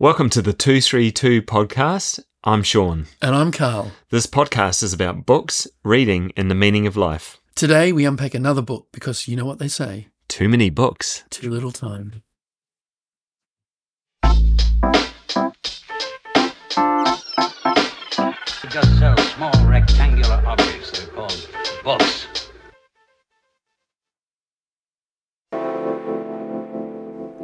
Welcome to the 232 podcast. I'm Sean. And I'm Carl. This podcast is about books, reading, and the meaning of life. Today we unpack another book because you know what they say Too many books. too little time. It just so small rectangular objects that are called books.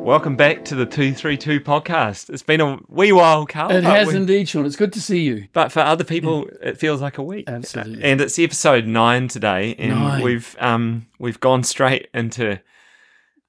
Welcome back to the 232 podcast. It's been a wee while, Carl. but It has we- indeed, Sean. It's good to see you. But for other people, it feels like a week. Absolutely. And it's episode nine today, and Nine. we've um we've gone straight into.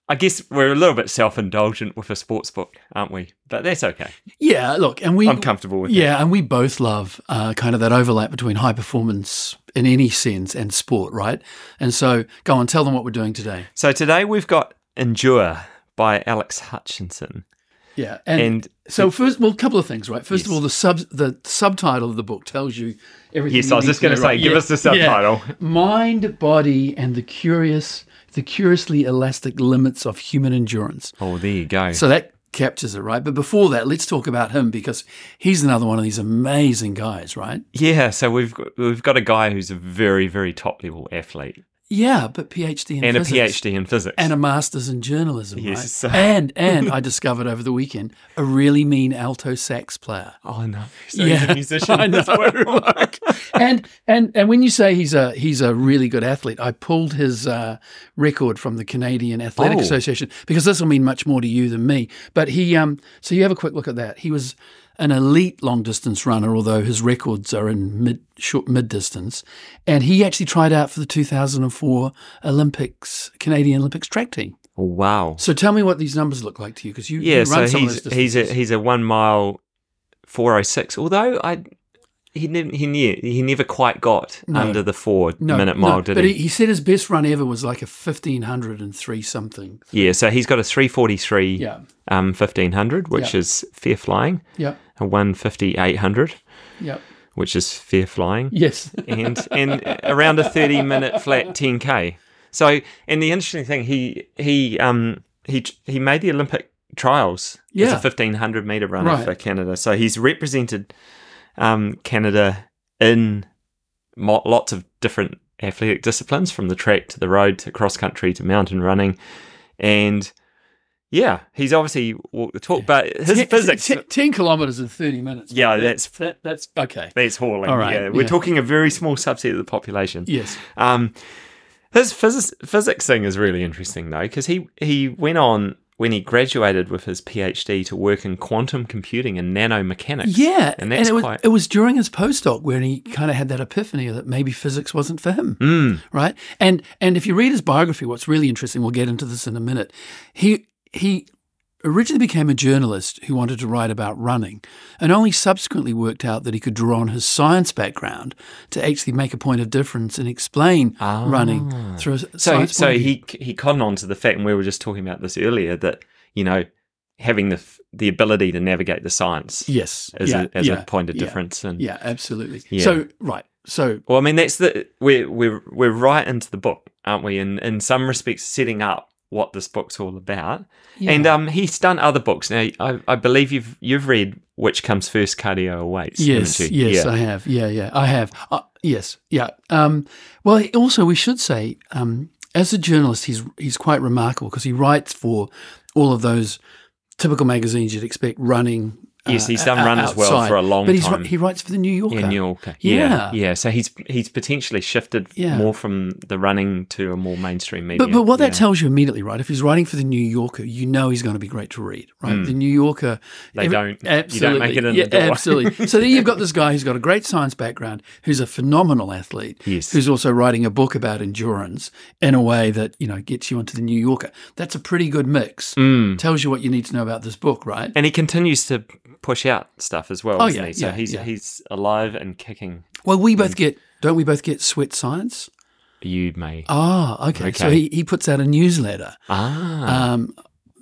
I guess we're a little bit self-indulgent with a sports book, aren't we? But that's okay. Yeah, look, and we I'm comfortable with Yeah, and we both love uh, kind of that overlap between high performance in any sense and sport, right? And so go on, tell them what we're doing today. So today we've got Endure by Alex Hutchinson, Yeah, and, and so first, well, a couple of things, right? First of Yes. all, the sub the subtitle of the book tells you everything. Yes, you I was need just going to know, say, right? give Yeah, us the yeah. subtitle. Mind, body, and the curious, the curiously elastic limits of human endurance. Oh, there you go. So that captures it, right? But before that, let's talk about him because he's another one of these amazing guys, right? yeah, so we've got, we've got a guy who's a very very top level athlete Yeah, but PhD in and a physics. PhD in physics. And a master's in journalism, Yes, right? so- And and I discovered over the weekend a really mean alto sax player. oh no, so he's a musician. I know. as well. right? and and and when you say he's a he's a really good athlete, I pulled his uh, record from the Canadian Athletic Oh. Association because this will mean much more to you than me. But he, um, so you have a quick look at that. He was an elite long distance runner, although his records are in mid short mid distance, and he actually tried out for the 2004 Olympics Canadian Olympics track team. Oh, wow. So tell me what these numbers look like to you because you Yeah, you so run some he's of those he's a distances. he's a one mile four oh six. Although I he never he ne- he never quite got No. under the four No, minute no, mile, did but he? he? said his best run ever was like a fifteen hundred and three something. Yeah, so he's got a three forty three Yeah, um fifteen hundred, which Yeah. is fair flying. yeah, A one fifty eight hundred, yeah. which is fair flying. Yes. and and around a 30 minute flat 10k so and the interesting thing he he um he he made the olympic trials as Yeah. a 1500 meter runner Right. for canada so he's represented um canada in mo- lots of different athletic disciplines from the track to the road to cross country to mountain running and yeah he's obviously walked the talk but his Ten- physics ten- ten kilometers in thirty minutes. yeah that's That, that's okay. that's hauling All right, yeah we're yeah. talking a very small subset of the population Yes. um, his phys- physics thing is really interesting though, because he he went on when he graduated with his PhD to work in quantum computing and nanomechanics. Yeah, and that's it was quite. it was during his postdoc when he kind of had that epiphany that maybe physics wasn't for him. Mm, right? And and if you read his biography, what's really interesting, we'll get into this in a minute. He he originally became a journalist who wanted to write about running, and only subsequently worked out that he could draw on his science background to actually make a point of difference and explain Ah. running through a so science so point of view. he he conned on to the fact, and we were just talking about this earlier that you know having the f- the ability to navigate the science yes as yeah, a, as yeah, a point of yeah, difference and Yeah, absolutely. Yeah. So right, so Well, I mean, that's the we're we're we're right into the book, aren't we? And in some respects, setting up what this book's all about. And um, he's done other books. Now, I, I believe you've you've read which comes first, Cardio Awaits. Yes, haven't you? yes, yeah. I have. Yeah, yeah, I have. Uh, yes, yeah. Um, well, he- also we should say, um, as a journalist, he's he's quite remarkable because he writes for all of those typical magazines you'd expect. Running. uh, Yes, he's o- done o- Run as well for a long but he's, time. he writes for the New Yorker. Yeah, New Yorker. Yeah, yeah, Yeah. So he's he's potentially shifted Yeah. more from the running to a more mainstream media. But, but what that Yeah. tells you immediately, right? If he's writing for the New Yorker, you know he's going to be great to read, right? The New Yorker, Hmm. They don't- you don't make absolutely, it in yeah, the door. absolutely. so there you've got this guy who's got a great science background, who's a phenomenal athlete, Yes. who's also writing a book about endurance in a way that you know gets you onto the New Yorker. That's a pretty good mix. Tells you what you need to know about this book, right? Hmm. and he continues to push out stuff as well. Oh, isn't yeah, he? So yeah, he's yeah. he's alive and kicking. Well, we Hmm. both get, don't we both get Sweat Science? You may Ah, okay. So Okay. he, he puts out a newsletter. ah. um,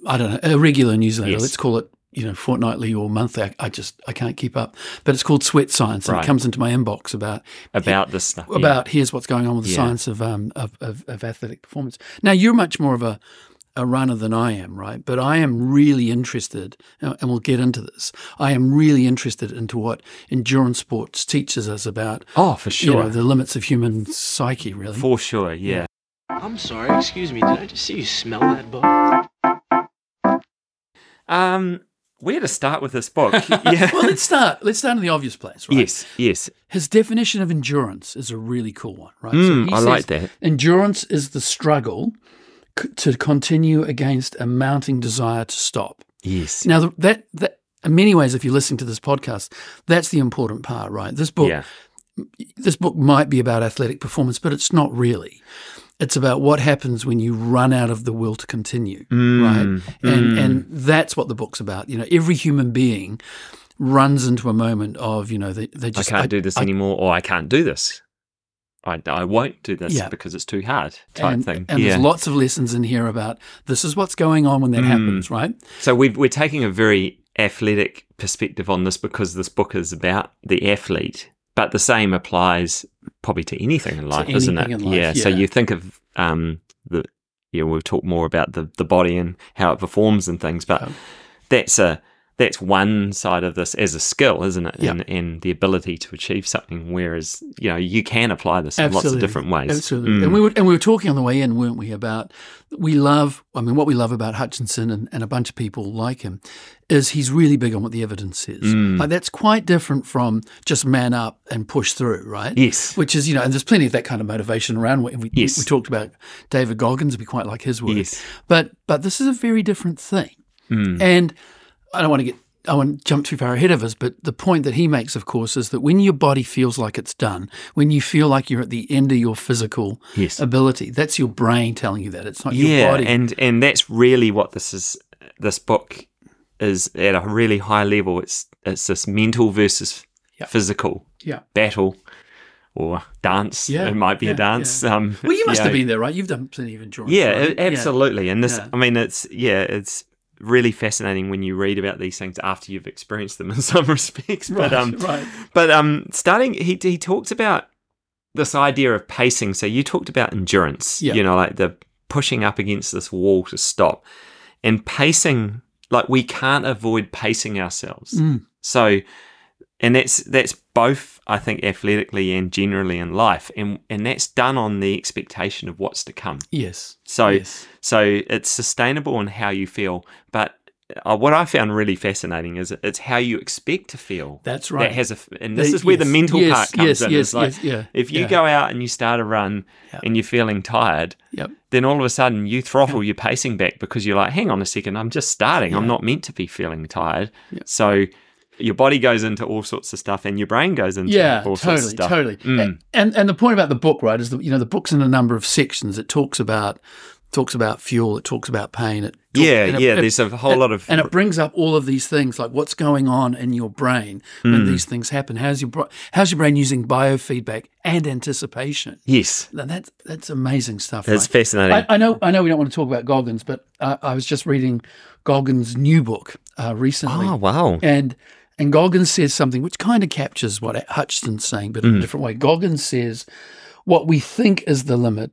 I don't know, a regular newsletter. Yes. Let's call it, you know, fortnightly or monthly. I, I just I can't keep up. But it's called Sweat Science, and Right. it comes into my inbox about about this stuff. yeah. about here's what's going on with the Yeah. science of, um, of of of athletic performance. Now you're much more of a a runner than I am, right? But I am really interested, uh, and and we'll get into this. I am really interested into what endurance sports teaches us about Oh, for you sure. know, the limits of human psyche, really. for sure, yeah. I'm sorry, excuse me, did I just see you smell that book? Um, where to start with this book? yeah. well, let's start. Let's start in the obvious place, right? Yes, yes. His definition of endurance is a really cool one, right? Mm, he I like that. Endurance is the struggle c- to continue against a mounting desire to stop. Yes. Now, th- that that in many ways, if you're listening to this podcast, that's the important part, right? This book, yeah. this book might be about athletic performance, but it's not really. It's about what happens when you run out of the will to continue, Mm. right? Hmm. And and that's what the book's about. You know, every human being runs into a moment of you know they, they I just can't do this I- anymore, or I can't do this. I, I won't do this Yeah. because it's too hard type and, thing. And yeah. Mm. there's lots of lessons in here about this is what's going on when that happens, right? So we've, we're taking a very athletic perspective on this because this book is about the athlete, but the same applies probably to anything in life, isn't it? anything in life, So yeah. you think of um, the yeah, we'll talk more about the the body and how it performs and things, but that's a that's one side of this as a skill, isn't it? Yeah. And, and the ability to achieve something. Whereas you know you can apply this in lots of different ways. Absolutely. Mm. And we were and we were talking on the way in, weren't we, about we love I mean what we love about Hutchinson and, and a bunch of people like him is he's really big on what the evidence is. Mm. Like that's quite different from just man up and push through, right? Yes. Which is, you know, and there's plenty of that kind of motivation around. We, we, Yes. we talked about David Goggins. We quite like his work. Yes. Mm. But but this is a very different thing. And I don't want to get I want to jump too far ahead of us, but the point that he makes, of course, is that when your body feels like it's done, when you feel like you're at the end of your physical Yes. ability, that's your brain telling you that. It's not your body. and and that's really what this is. This book is at a really high level. It's it's this mental versus Yeah. physical yeah. battle or dance. Yeah, it might be yeah, a dance. Um, Well, you must yeah. have been there, right? You've done plenty of endurance. Yeah, right? a- absolutely. And this, Yeah. I mean, it's yeah, it's really fascinating when you read about these things after you've experienced them in some respects. Right, But um, right. but um, starting he he talks about this idea of pacing. So you talked about endurance. Yeah. You know, like the pushing up against this wall to stop, and pacing. Like we can't avoid pacing ourselves. Mm. So, and that's that's both I think athletically and generally in life, and and that's done on the expectation of what's to come. Yes. So Yes. so it's sustainable in how you feel, but uh, what I found really fascinating is it's how you expect to feel. That's That right. has a, f- and this The- is where the yes, mental yes, part comes yes, in. yes, It's like, yes, yeah, if you yeah. go out and you start a run Yeah. and you're feeling tired, Yep. then all of a sudden you throttle your pacing back because you're like, hang on a second, I'm just starting. I'm Yeah. not meant to be feeling tired. Yeah. So your body goes into all sorts of stuff and your brain goes into yeah, all totally, sorts of stuff. totally. Mm. And and the point about the book, right, is that you know the book's in a number of sections. It talks about talks about fuel. It talks about pain. It talk- Yeah, and it- yeah. it- there's a whole and- lot of and it brings up all of these things like what's going on in your brain Hmm. when these things happen. How's your bro- how's your brain using biofeedback and anticipation? yes, Now that's that's amazing stuff. that's right? fascinating. I, I know. I know. We don't want to talk about Goggins, but uh, I was just reading Goggins' new book uh, recently. oh wow, And and Goggins says something which kind of captures what Hutchison's saying, but Hmm. in a different way. Goggins says, "What we think is the limit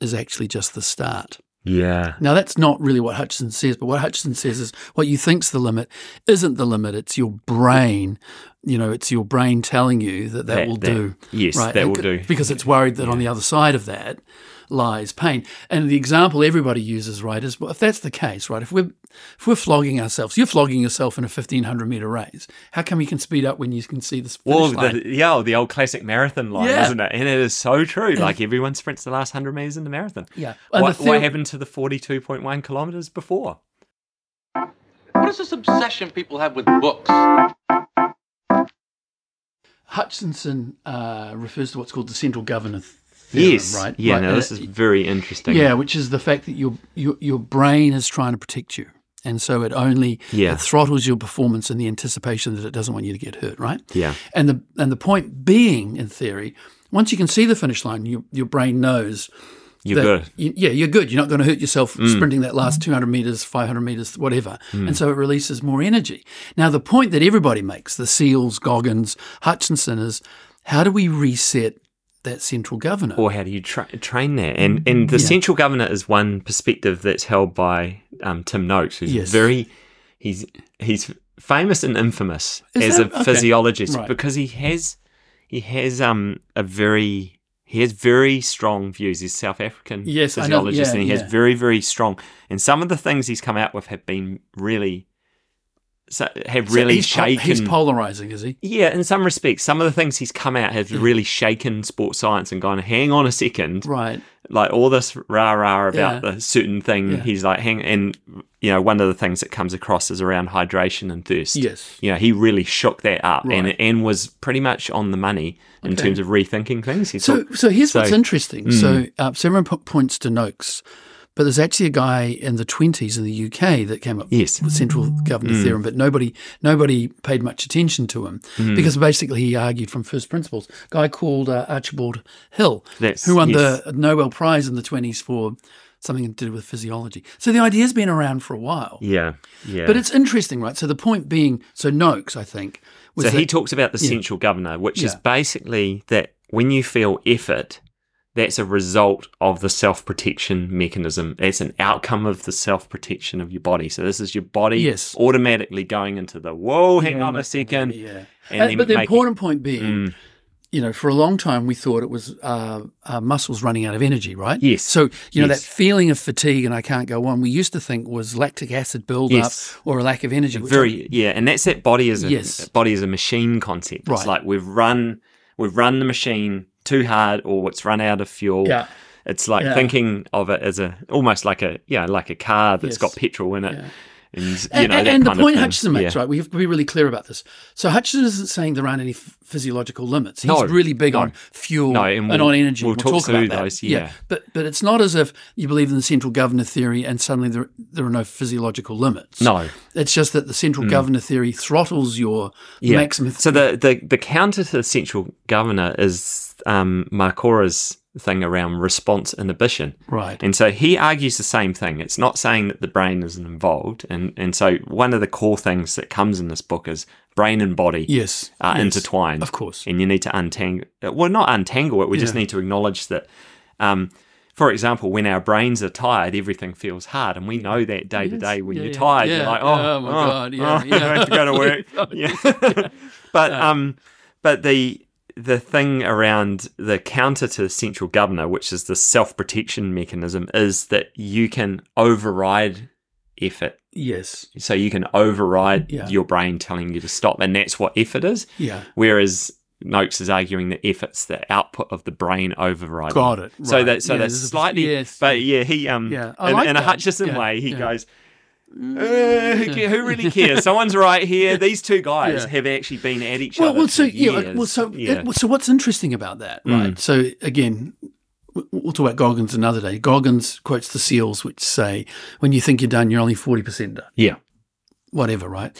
is actually just the start." yeah. Now that's not really what Hutchison says, but what Hutchison says is what you think's the limit isn't the limit. It's your brain. You know, it's your brain telling you that that, will do. Yes, that and will c- do. Because it's worried that on the other side of that lies pain. And the example everybody uses, right, is well, if that's the case, right, if we're if we're flogging ourselves, you're flogging yourself in a fifteen hundred meter race. How come you can speed up when you can see this finish well, line? the, yeah, oh, the old classic marathon line, Yeah. isn't it? And it is so true. Like everyone sprints the last hundred meters in the marathon. Yeah. And What, the what theor- happened to the forty-two point one kilometers before? What is this obsession people have with books? Hutchinson uh, refers to what's called the central governor theorem, right? Yeah. Right, no, and this it- is very interesting. Yeah, which is the fact that your your your brain is trying to protect you, and so it only Yeah. it throttles your performance in the anticipation that it doesn't want you to get hurt, right? Yeah. And the and the point being, in theory, once you can see the finish line, your your brain knows You're that good. Mm. you- yeah, you're good. You're not going to hurt yourself sprinting that last 200 meters, 500 meters, whatever. And so it releases more energy. Now, the point that everybody makes, the Seals, Goggins, Hutchinson, is how do we reset that central governor. or how do you tra- train that? And and the Yeah. central governor is one perspective that's held by um, Tim Noakes, who's Yes. very he's he's famous and infamous Is as that- a okay. physiologist Right. because he has he has um a very he has very strong views. He's South African Yes, I know. physiologist, Yeah, and he yeah. has very very strong. And some of the things he's come out with have been really so- have So really he's, po- shaken. he's polarizing, is he? Yeah, in some respects, some of the things he's come out Mm. have really shaken sports science and gone, hang on a second. Right. Like all this rah rah about Yeah. the certain thing. Yeah. He's like, hang, and, you know, one of the things that comes across is around hydration and thirst. Yes. You know, he really shook that up and, Right. and was pretty much on the money in Okay. terms of rethinking things. He So, thought, so here's what's so- mm. interesting. So, uh, Simran po- points to Noakes, but there's actually a guy in the 20s in the UK that came up Yes. Mm. with central governor theorem, but nobody nobody paid much attention to him Mm. because basically he argued from first principles. A guy called uh, Archibald Hill, That's- who won yes. the Nobel Prize in the 20s for something to do with physiology. So the idea's been around for a while. yeah, yeah. But it's interesting, right? So the point being, so Noakes, I think, was So that, he talks about the central governor, which is Yeah. basically that when you feel effort, that's a result of the self protection mechanism. It's an outcome of the self protection of your body. So this is your body Yes. automatically going into the whoa, hang on a second. yeah. And Uh, then but the making- important point being, Mm. you know, for a long time we thought it was uh, uh, muscles running out of energy, right? Yes. So you know Yes. that feeling of fatigue and I can't go on. We used to think was lactic acid buildup Yes. or a lack of energy. which I- Very yeah, and that's that body as a Yes. body as a machine concept. Right. It's like we've run we've run the machine too hard or it's run out of fuel. Yeah. It's like Yeah. thinking of it as a almost like a yeah, like a car that's Yes. got petrol in it. And, you And, know, and- that and the kind of point thing. Hutchinson makes, Yeah. right? We have to be really clear about this. So Hutchinson isn't saying there aren't any f- physiological limits. He's No, really big no. on fuel No, and, and we'll- on energy. we'll talk through about those, That. yeah. But but it's not as if you believe in the central governor theory and suddenly there there are no physiological limits. No. It's just that the central governor theory throttles your Hmm. Yeah. maximum. So the, the, the counter to the central governor is um, Marcora's thing around response inhibition. right. And so he argues the same thing. It's not saying that the brain isn't involved. And, and so one of the core things that comes in this book is brain and body yes. are yes. intertwined. Of course. And you need to untangle, well, not untangle it, we just Yeah. need to acknowledge that. Um, for example, when our brains are tired, everything feels hard. And we know that day to day when Yeah, you're yeah. tired, Yeah. you're like, oh, Oh my God, yeah, oh, I have to go to work. yeah. but, um, but the, the thing around the counter to the central governor, which is the self protection mechanism, is that you can override effort. Yes. So you can override Yeah. your brain telling you to stop. And that's what effort is. Yeah. Whereas Noakes is arguing that effort's the output of the brain overriding. Got it. So right. that so Yeah, that's this is- slightly Yes. but yeah, he um Yeah, I in, like in a that. Hutchison Yeah, way, he yeah. goes Mm. "Uh, who, ca- who really cares? Someone's right here. These two guys Yeah. have actually been at each well, other. well, for so yeah, uh, years." well, so yeah. Mm. it- so what's interesting about that, right? So again, w- we'll talk about Goggins another day. Goggins quotes the seals, which say, "When you think you're done, you're only forty percent done." yeah. whatever, right?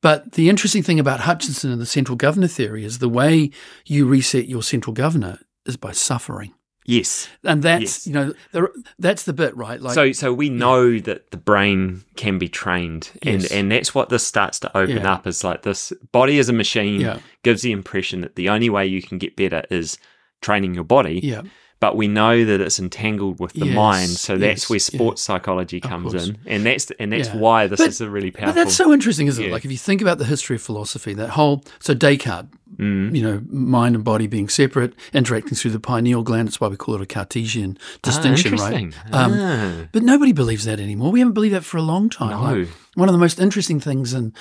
But the interesting thing about Hutchinson and the central governor theory is the way you reset your central governor is by suffering. Yes. And that's, Yes. you know, there, that's the bit, right? Like, so so we know that the brain can be trained and Yes. and that's what this starts to open Yeah. up is like this body as a machine Yeah. gives the impression that the only way you can get better is training your body. yeah, but we know that it's entangled with the Yes, mind. So that's yes, where yeah. sports psychology comes course. in, and that's and that's Yeah. why this But- is a really but powerful. that's so interesting, isn't it? Yeah. Like, if you think about the history of philosophy, that whole, so Descartes, Mm. you know, mind and body being separate, interacting through the pineal gland. That's why we call it a Cartesian distinction, right? Um, Um, But nobody believes that anymore. We haven't believed that for a long time. No. Like, one of the most interesting things in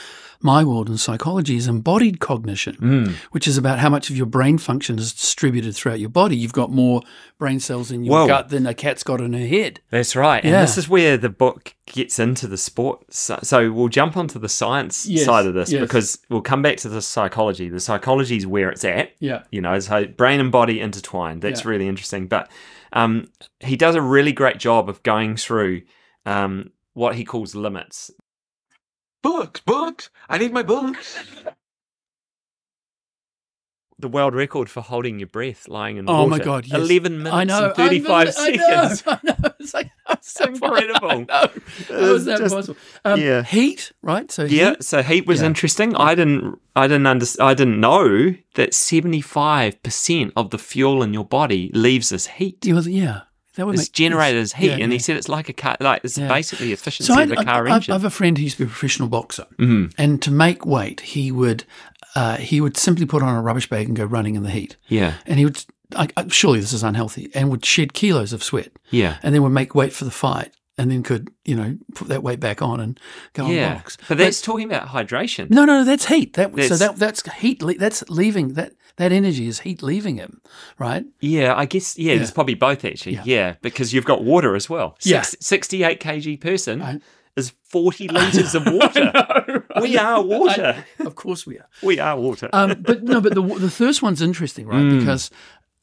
my world in psychology is embodied cognition, Mm. which is about how much of your brain function is distributed throughout your body. You've got more brain cells in your Whoa. gut than a cat's got in her head. that's right, Yeah. and this is where the book gets into the sport. So, so we'll jump onto the science Yes, side of this yes. because we'll come back to the psychology. The psychology is where it's at. Yeah. you know so brain and body intertwined that's Yeah. really interesting but um, he does a really great job of going through um, what he calls limits Books, books. I need my books. the world record for holding your breath lying in Oh water my God! Yes. 11 minutes I know. and 35 I know, seconds I know. It's like, It's incredible. No, how is that Just- possible? Um, yeah. Heat, right? So Yeah, heat, so heat was interesting. I didn't, I didn't under, I didn't know that seventy five percent of the fuel in your body leaves as heat. he was- yeah, that would It's make generated as heat, yeah, and yeah. he said it's like a car, like it's Yeah. basically efficiency So I, of a car I, I, I engine. Mm-hmm. have a friend who used to be a professional boxer, and to make weight, he would uh, he would simply put on a rubbish bag and go running in the heat, yeah, and he would I, I, surely this is unhealthy, and would shed kilos of sweat, yeah, and then would make weight for the fight, and then could you know put that weight back on and go on yeah. box. But that's talking about hydration. No, no, no, that's heat. That so That's- that that's heat. Le- that's leaving that that energy is heat leaving him, right? Yeah, I guess. Yeah, it's probably both actually. Yeah. Yeah. because you've got water as well. Yeah. sixty-eight kg person I- is forty liters of water. We are water. of course we are. we are water. Um, but no, but the the thirst one's interesting, right? Because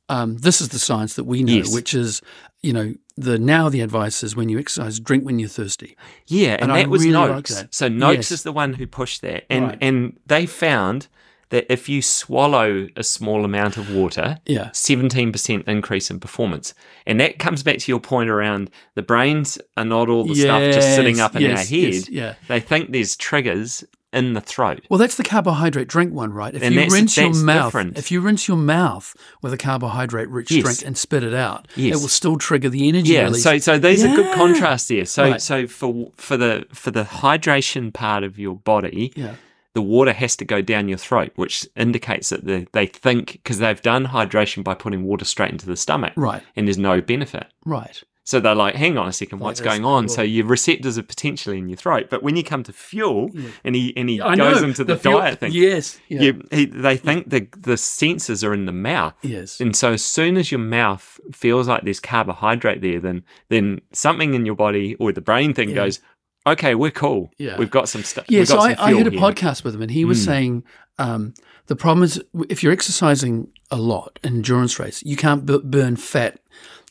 um, this is the science that we know, Hmm. Yes. which is you know the now the advice is when you exercise, drink when you're thirsty. Yeah, and, And I that was really like Noakes. that. So Noakes Yes. is the one who pushed that, and Right. and they found that if you swallow a small amount of water, Yeah. seventeen percent increase in performance, and that comes back to your point around the brains are not all the stuff just sitting Yes, up in our yes, head. yes, yeah. they think there's triggers in the throat. Well, that's the carbohydrate drink one, right? If And you that's- rinse your that's mouth, different. if you rinse your mouth with a carbohydrate rich Yes. drink and spit it out, Yes. it will still trigger the energy Yeah, release. so so these are good Yeah. contrasts there. So Right. so for for the for the hydration part of your body, yeah, the water has to go down your throat, which indicates that the, they think because they've done hydration by putting water straight into the stomach, Right. And there's no benefit, right. so they're like, "Hang on a second, what's that's going on?" cool. So your receptors are potentially in your throat, but when you come to fuel, and he and he Mm. I goes know, into the, fuel- diet thing, Yes, yeah. you, he, they think the the sensors are in the mouth, yes. and so as soon as your mouth feels like there's carbohydrate there, then then something in your body or the brain thing goes, "Okay, we're cool. Yeah. We've got some stuff. Yeah, we've so got I, some I fuel heard a here." Hmm. podcast with him, and he was saying um, the problem is if you're exercising a lot in endurance race, you can't b- burn fat.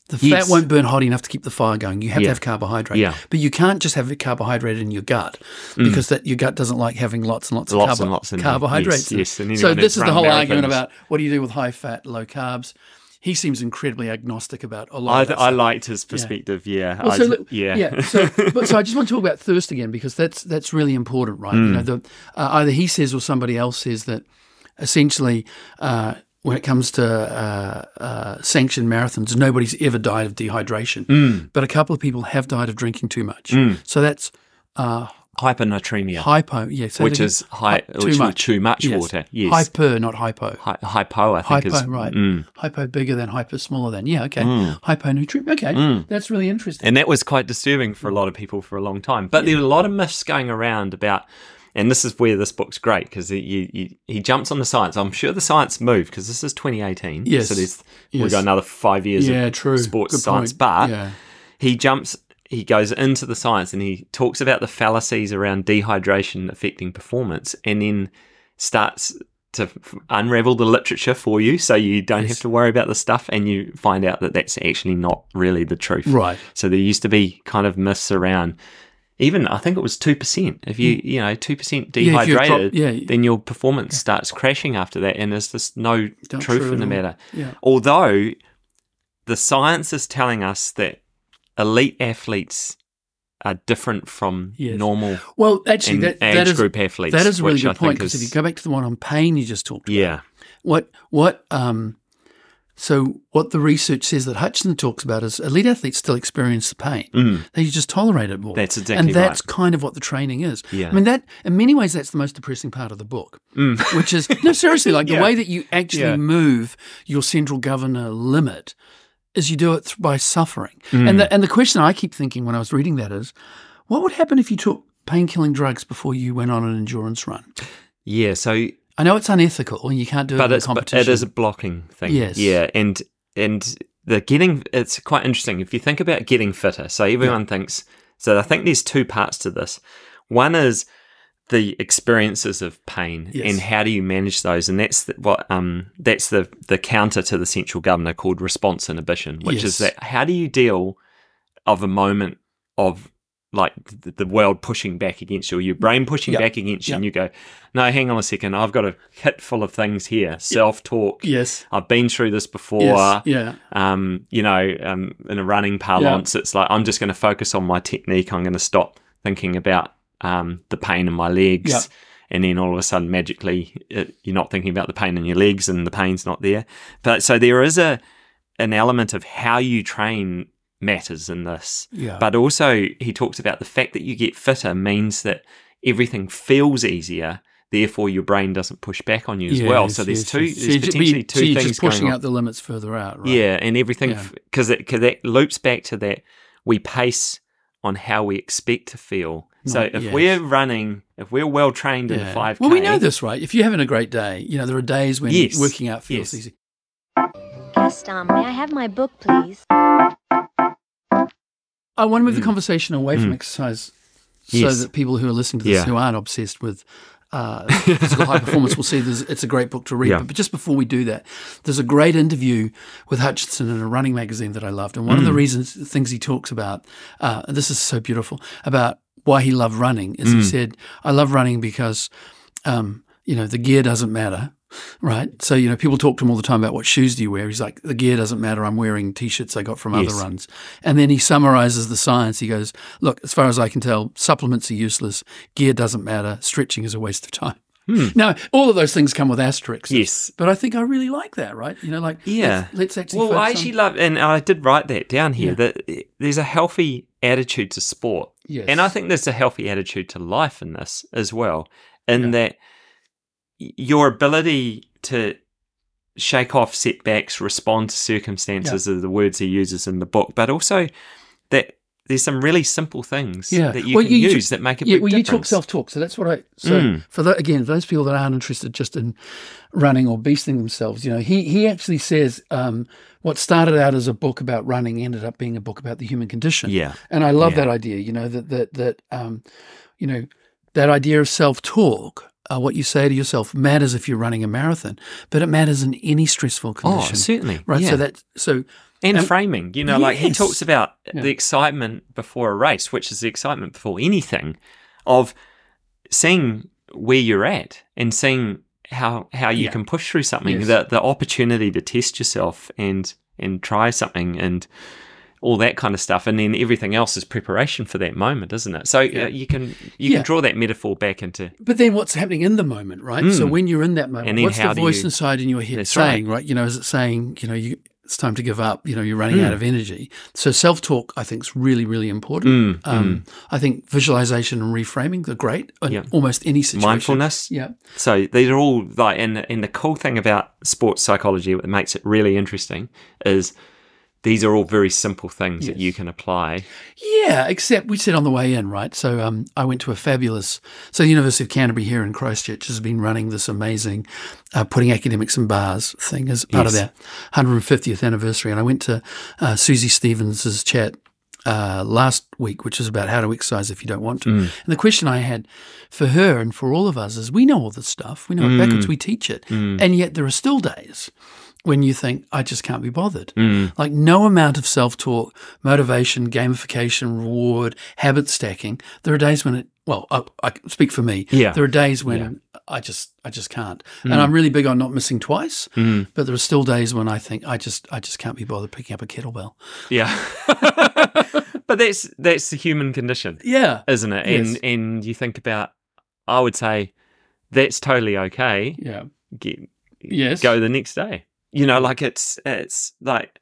The Yes. fat won't burn hot enough to keep the fire going. You have Yeah. to have carbohydrate. Yeah. Hmm. But you can't just have carbohydrate in your gut because that your gut doesn't like having lots and lots, Lots of carbo- and lots in there. carbohydrates. Yes, yes, and so anyone this who's is the run whole argument marathons- about what do you do with high fat, low carbs. He seems incredibly agnostic about a lot. I, of that I stuff. liked his perspective. Yeah, Well, I- so look- yeah, So, but so I just want to talk about thirst again because that's that's really important, right? Hmm. You know, the, uh, either he says or somebody else says that essentially, uh, when it comes to uh, uh, sanctioned marathons, nobody's ever died of dehydration, Hmm. but a couple of people have died of drinking too much. So that's hypernatremia, hypo. Yeah, say that which again. is high, Hy- which is too much Yes. water. Yes, hmm. hyper, not hypo. Hy- hypo. I think Hypo, is right? Hypo bigger than hyper, smaller than. Yeah, okay. Hmm. Hyponutrient. Okay, that's really interesting. And that was quite disturbing for a lot of people for a long time. But there were a lot of myths going around about, and this is where this book's great because he, you- you- he jumps on the science. I'm sure the science moved because this is 2018. Yes. So there's, Yes. we've got another five years Yeah, of true. sports Good science. point. But Yeah. he jumps, he goes into the science and he talks about the fallacies around dehydration affecting performance and then starts to f- unravel the literature for you so you don't have to worry about the stuff and you find out that that's actually not really the truth. Right. So there used to be kind of myths around. Even I think it was two percent. If you you know two percent Mm. Yeah, if you're drop- dehydrated, yeah. then your performance starts crashing after that, and there's just no Not truth true in the at all. matter. Yeah. Although the science is telling us that elite athletes are different from Yes. normal. Well, actually, and that, age that is group athletes, That is a really which I good point think because is- if you go back to the one on pain you just talked about, Yeah, what what um, so what the research says that Hutchinson talks about is elite athletes still experience the pain; they just tolerate it more. Mm. That's exactly and that's right. kind of what the training is. Yeah. I mean that in many ways that's the most depressing part of the book, Mm. which is no seriously like Yeah. the way that you actually Yeah. move your central governor limit is you do it th- by suffering. Mm. And the, and the question I keep thinking when I was reading that is, what would happen if you took painkilling drugs before you went on an endurance run? yeah. So I know it's unethical and you can't do it but in it's but competition. it is a blocking thing. Yes. Yeah, and and the getting it's quite interesting if you think about getting fitter. So everyone thinks so. I think there's two parts to this. One is the experiences of pain Yes. and how do you manage those, and that's the, what um that's the the counter to the central governor called response inhibition, which is Yes. that how do you deal of a moment of like the, the world pushing back against you, or your brain pushing Yep. back against you, Yep. and you go, "No, hang on a second, I've got a kit full of things here: self-talk. Yes. I've been through this before. yes. Yeah. Um, you know, um, in a running parlance, it's like I'm just going to focus on my technique. I'm going to stop thinking about um, the pain in my legs." Yep. And then all of a sudden, magically, it, you're not thinking about the pain in your legs, and the pain's not there. But so there is a an element of how you train matters in this. Yeah. But also, he talks about the fact that you get fitter means that everything feels easier. Therefore, your brain doesn't push back on you as well. Yes, So there's yes, two, yes. So there's you ju- but you- potentially so two you're things just pushing going on. out the limits further out, right? Yeah, and everything Yeah. because it cause that loops back to that we pace on how we expect to feel. so Not- if yes. we're running, if we're well trained in the Yeah. five, Well, we know this, right? If you're having a great day, you know there are days when Yes. working out feels Yes. easy. Gaston, may I have my book, please? I want to move the Mm. conversation away from Mm. exercise Yes. so that people who are listening to this Yeah. who aren't obsessed with uh, physical high performance will see this, it's a great book to read. Yeah. But just before we do that, there's a great interview with Hutchinson in a running magazine that I loved. And one of Mm. the reasons, things he talks about, uh, and this is so beautiful, about why he loved running is Mm. he said, I love running because, um, you know, the gear doesn't matter. Right. So, you know, people talk to him all the time about what shoes do you wear. He's like, the gear doesn't matter. I'm wearing t shirts I got from Yes. other runs. And then he summarizes the science. He goes, look, as far as I can tell, supplements are useless. Gear doesn't matter. Stretching is a waste of time. Hmm. Now, all of those things come with asterisks. Yes. But I think I really like that, right? You know, like, Yeah. let's, let's actually Well, I focus on- actually love, and I did write that down here Yeah. that eh, there's a healthy attitude to sport, Yes. and I think there's a healthy attitude to life in this as well, in Yeah. that y- your ability to shake off setbacks, respond to circumstances are the words he uses in the book, but also that there's some really simple things Yeah. that you Well, can you- you- use that make a yeah, big well, difference. you talk self-talk, so that's what I. So Mm. for the, again, those people that aren't interested just in running or beasting themselves, you know, he he actually says um, what started out as a book about running ended up being a book about the human condition. Yeah. and I love Yeah. that idea. You know that that that um, you know that idea of self-talk. Uh, what you say to yourself matters if you're running a marathon, but it matters in any stressful Oh, condition. certainly. Right. Yeah. So that so and Um, framing you know like he yes. talks about Yeah. the excitement before a race which is the excitement before anything of seeing where you're at and seeing how how you Yeah. can push through something Yes. the the opportunity to test yourself and and try something and all that kind of stuff and then everything else is preparation for that moment isn't it so uh, you can you Yeah. can draw that metaphor back into But then what's happening in the moment, right? So Mm. when you're in that moment, And then what's how the do voice you- inside in your head That's saying, right. You know, is it saying, you know, you, it's time to give up, you know, you're Hmm. running out of energy. So self talk, I think, is really, really hmm, important. um, I think visualization and reframing are great in Yeah. almost any situation. mindfulness Yeah. So these are all like, and and the cool thing about sports psychology, what makes it really interesting, is these are all very simple things that you can apply. Yeah, except we said on the way in, right? So um, I went to a fabulous. So the University of Canterbury here in Christchurch has been running this amazing uh, putting academics in bars thing as part of Yes. their 150th anniversary. And I went to uh, Susie Stevens's chat uh, last week, which is about how to exercise if you don't want to. And the question I had for her and for all of us is: we know all this stuff, we know it backwards, we teach it, and yet there are still days when you think, I just can't be bothered. Mm. Like, no amount of self talk, motivation, gamification, reward, habit stacking. There are days when it, well, I, I can speak for me. Yeah. Mm. There are days when I just, I just can't. And I'm really big on not missing twice, but there are still days when I think, I just, I just can't be bothered picking up a kettlebell. Yeah, but that's that's the human condition, Yeah. isn't it? Yes. And and you think about, I would say, that's totally okay. Yeah. Get, Yes. Mm. go the next day. You know, like it's it's like,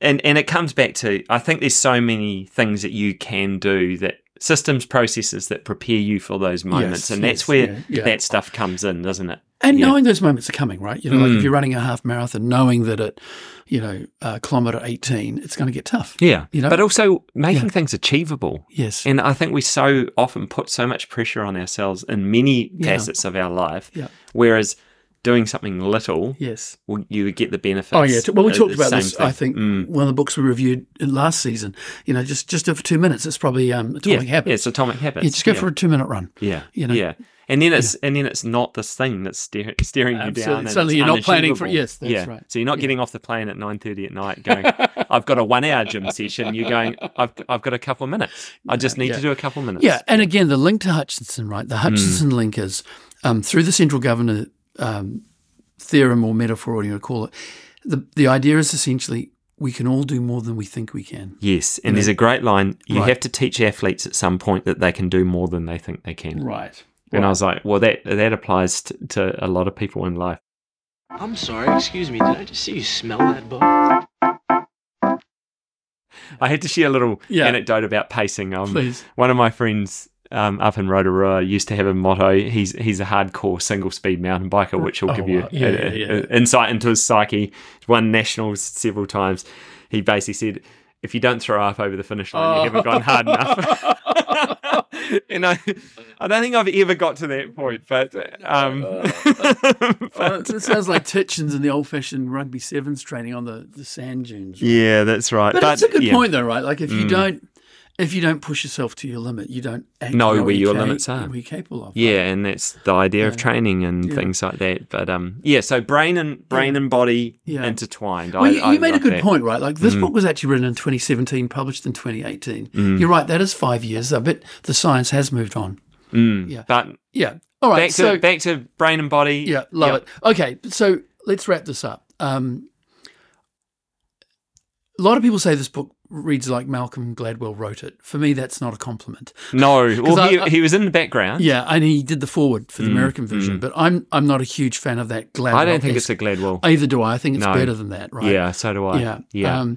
and and it comes back to I think there's so many things that you can do that systems processes that prepare you for those moments, Yes, and yes, that's where yeah, yeah. that stuff comes in, doesn't it? And Yeah. knowing those moments are coming, right? You know, like if Mm. you're running a half marathon, knowing that at, you know, uh, kilometer 18, it's going to get tough. Yeah, You know? but also making things achievable. Yes. And I think we so often put so much pressure on ourselves in many Yeah. facets of our life, Yeah. whereas doing something little, yes. will you would get the benefits. Oh yeah. Well, we Uh, talked the about same this. thing. I think Mm. one of the books we reviewed in last season. You know, just just do it for two minutes. It's probably um, yeah, Atomic yeah, Habits. it's atomic habits. Yeah, just go yeah. for a two minute run. Yeah. You know? Yeah. and then it's and then it's not this thing that's steer, steering you Absolutely. down. and it's Suddenly you're not planning for- unachievable. yes, that's yeah. right. So you're not Yeah. getting off the plane at nine thirty at night going, "I've got a one-hour gym session." You're going, "I've I've got a couple minutes. I just need yeah. to do a couple minutes." Yeah, and again, the link to Hutchinson, right? The Mm. Hutchinson link is um, through the central governor um, theorem or metaphor, what you want to call it. The the idea is essentially we can all do more than we think we can. Yes, and there's a great line. You Right. have to teach athletes at some point that they can do more than they think they can. Right. And I was like, well, that that applies to, to a lot of people in life. I'm sorry, excuse me, did I just see you smell that bug? I had to share a little Yeah. anecdote about pacing. Um, Please. One of my friends um, up in Rotorua used to have a motto. He's he's a hardcore single speed mountain biker, which will Oh, give you wow. Yeah, a- yeah, a- yeah. insight into his psyche. He's won nationals several times. He basically said, "If you don't throw up over the finish line, Oh. you haven't gone hard enough." and I, I don't think I've ever got to that point, but um, Uh, it sounds like Titchens and the old fashioned rugby sevens training on the, the sand dunes. yeah, that's right. But, it's a good yeah. Mm. point, though, right? Like if you don't if you don't push yourself to your limit, you don't act Know where you're your limits are. We're capable of. Yeah, and that's the idea of training and things like that. But um, yeah, so brain and brain and body Yeah. intertwined. Well, you, I, you I made a love good that. Mm. point, right? Like this book was actually written in 2017, published in 2018. You're right. That is five years. I bet the science has moved on. Mm. But Yeah. All right. back to so back to brain and body. yeah, love it. Okay. So let's wrap this up. Um, a lot of people say this book reads like Malcolm Gladwell wrote it. For me, that's not a compliment. No, well, I- he, I- he was in the background. Yeah, and he did the forward for the American version, but I'm I'm not a huge fan of that Gladwell. Mm, I don't think it's a Gladwell. either. Do I? I think it's No. better than that, right? Yeah, so do I. Yeah. yeah. Um,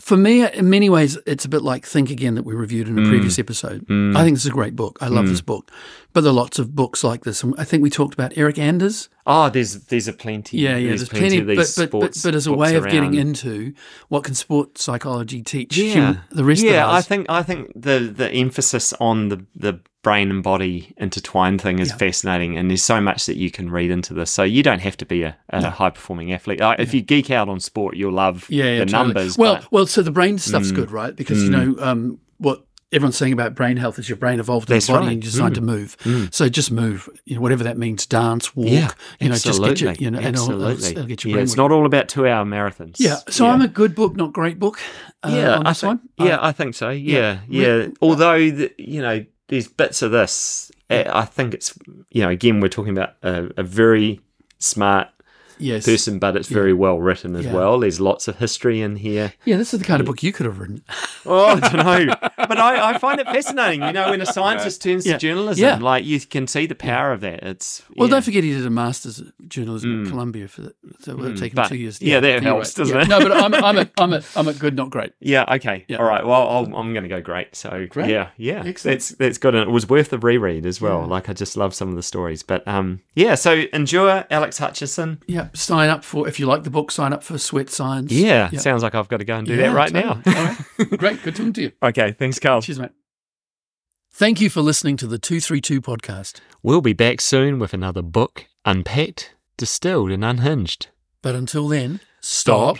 for me, in many ways, it's a bit like Think Again that we reviewed Mm. in a previous episode. I think it's a great book. I love this book. But there are lots of books like this. And I think we talked about Eric Anders. oh, there's there's a plenty. Yeah, yeah. There's, plenty, of these but, but, but, sports but as a books way of getting around. into what can sport psychology teach yeah. hum- the rest yeah, of us? I think I think the the emphasis on the the brain and body intertwined thing is fascinating, and there's so much that you can read into this. So you don't have to be a, a high performing athlete. Like, If you geek out on sport, you'll love yeah, yeah, the totally. numbers. Well, but Mm. well, so the brain stuff's good, right? Because you know um, what everyone's saying about brain health is your brain evolved in That's the body right. Mm. and you're designed to move. So just move, you know, whatever that means, dance, walk, yeah, you know, absolutely, just get your, you know, and it'll, absolutely. it'll, it'll get your yeah, brain it's working. not all about two hour marathons. Yeah, so I'm a good book, not great book. Uh, on I this think, one. Yeah, I think so. Yeah, yeah. Re- uh, Although the, you know, there's bits of this. uh, I think it's you know, again, we're talking about a, a very smart yes. person, but it's very well written as Yeah. well. There's lots of history in here. Yeah, this is the kind of book you could have written. Oh, I don't know. But I, I find it fascinating. You know, when a scientist turns Yeah. to journalism, Yeah. like you can see the power of that. It's Well, yeah. don't forget he did a master's at journalism at Columbia for the, so it would take Mm. him but- two years. yeah, that you're helps, doesn't Yeah. it? No, but I'm I'm a, I'm a, I'm a good, not great. Yeah. Okay. Yeah. All right. Well, I'll, I'm going to go great. So Great. yeah, yeah. Excellent. That's that's good. And it was worth the reread as well. Like I just love some of the stories. But um, yeah. So endure, Alex Hutchison. Yeah, sign up for if you like the book, sign up for Sweat Science. Yeah. Sounds like I've got to go and do Yeah, that right totally. now. All right. Great. Good talking to you. okay. Thanks, Carl. Cheers, mate. Thank you for listening to the 232 podcast. We'll be back soon with another book unpacked, distilled, and unhinged. But until then, stop,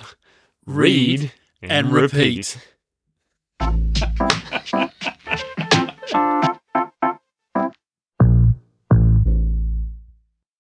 read, and repeat.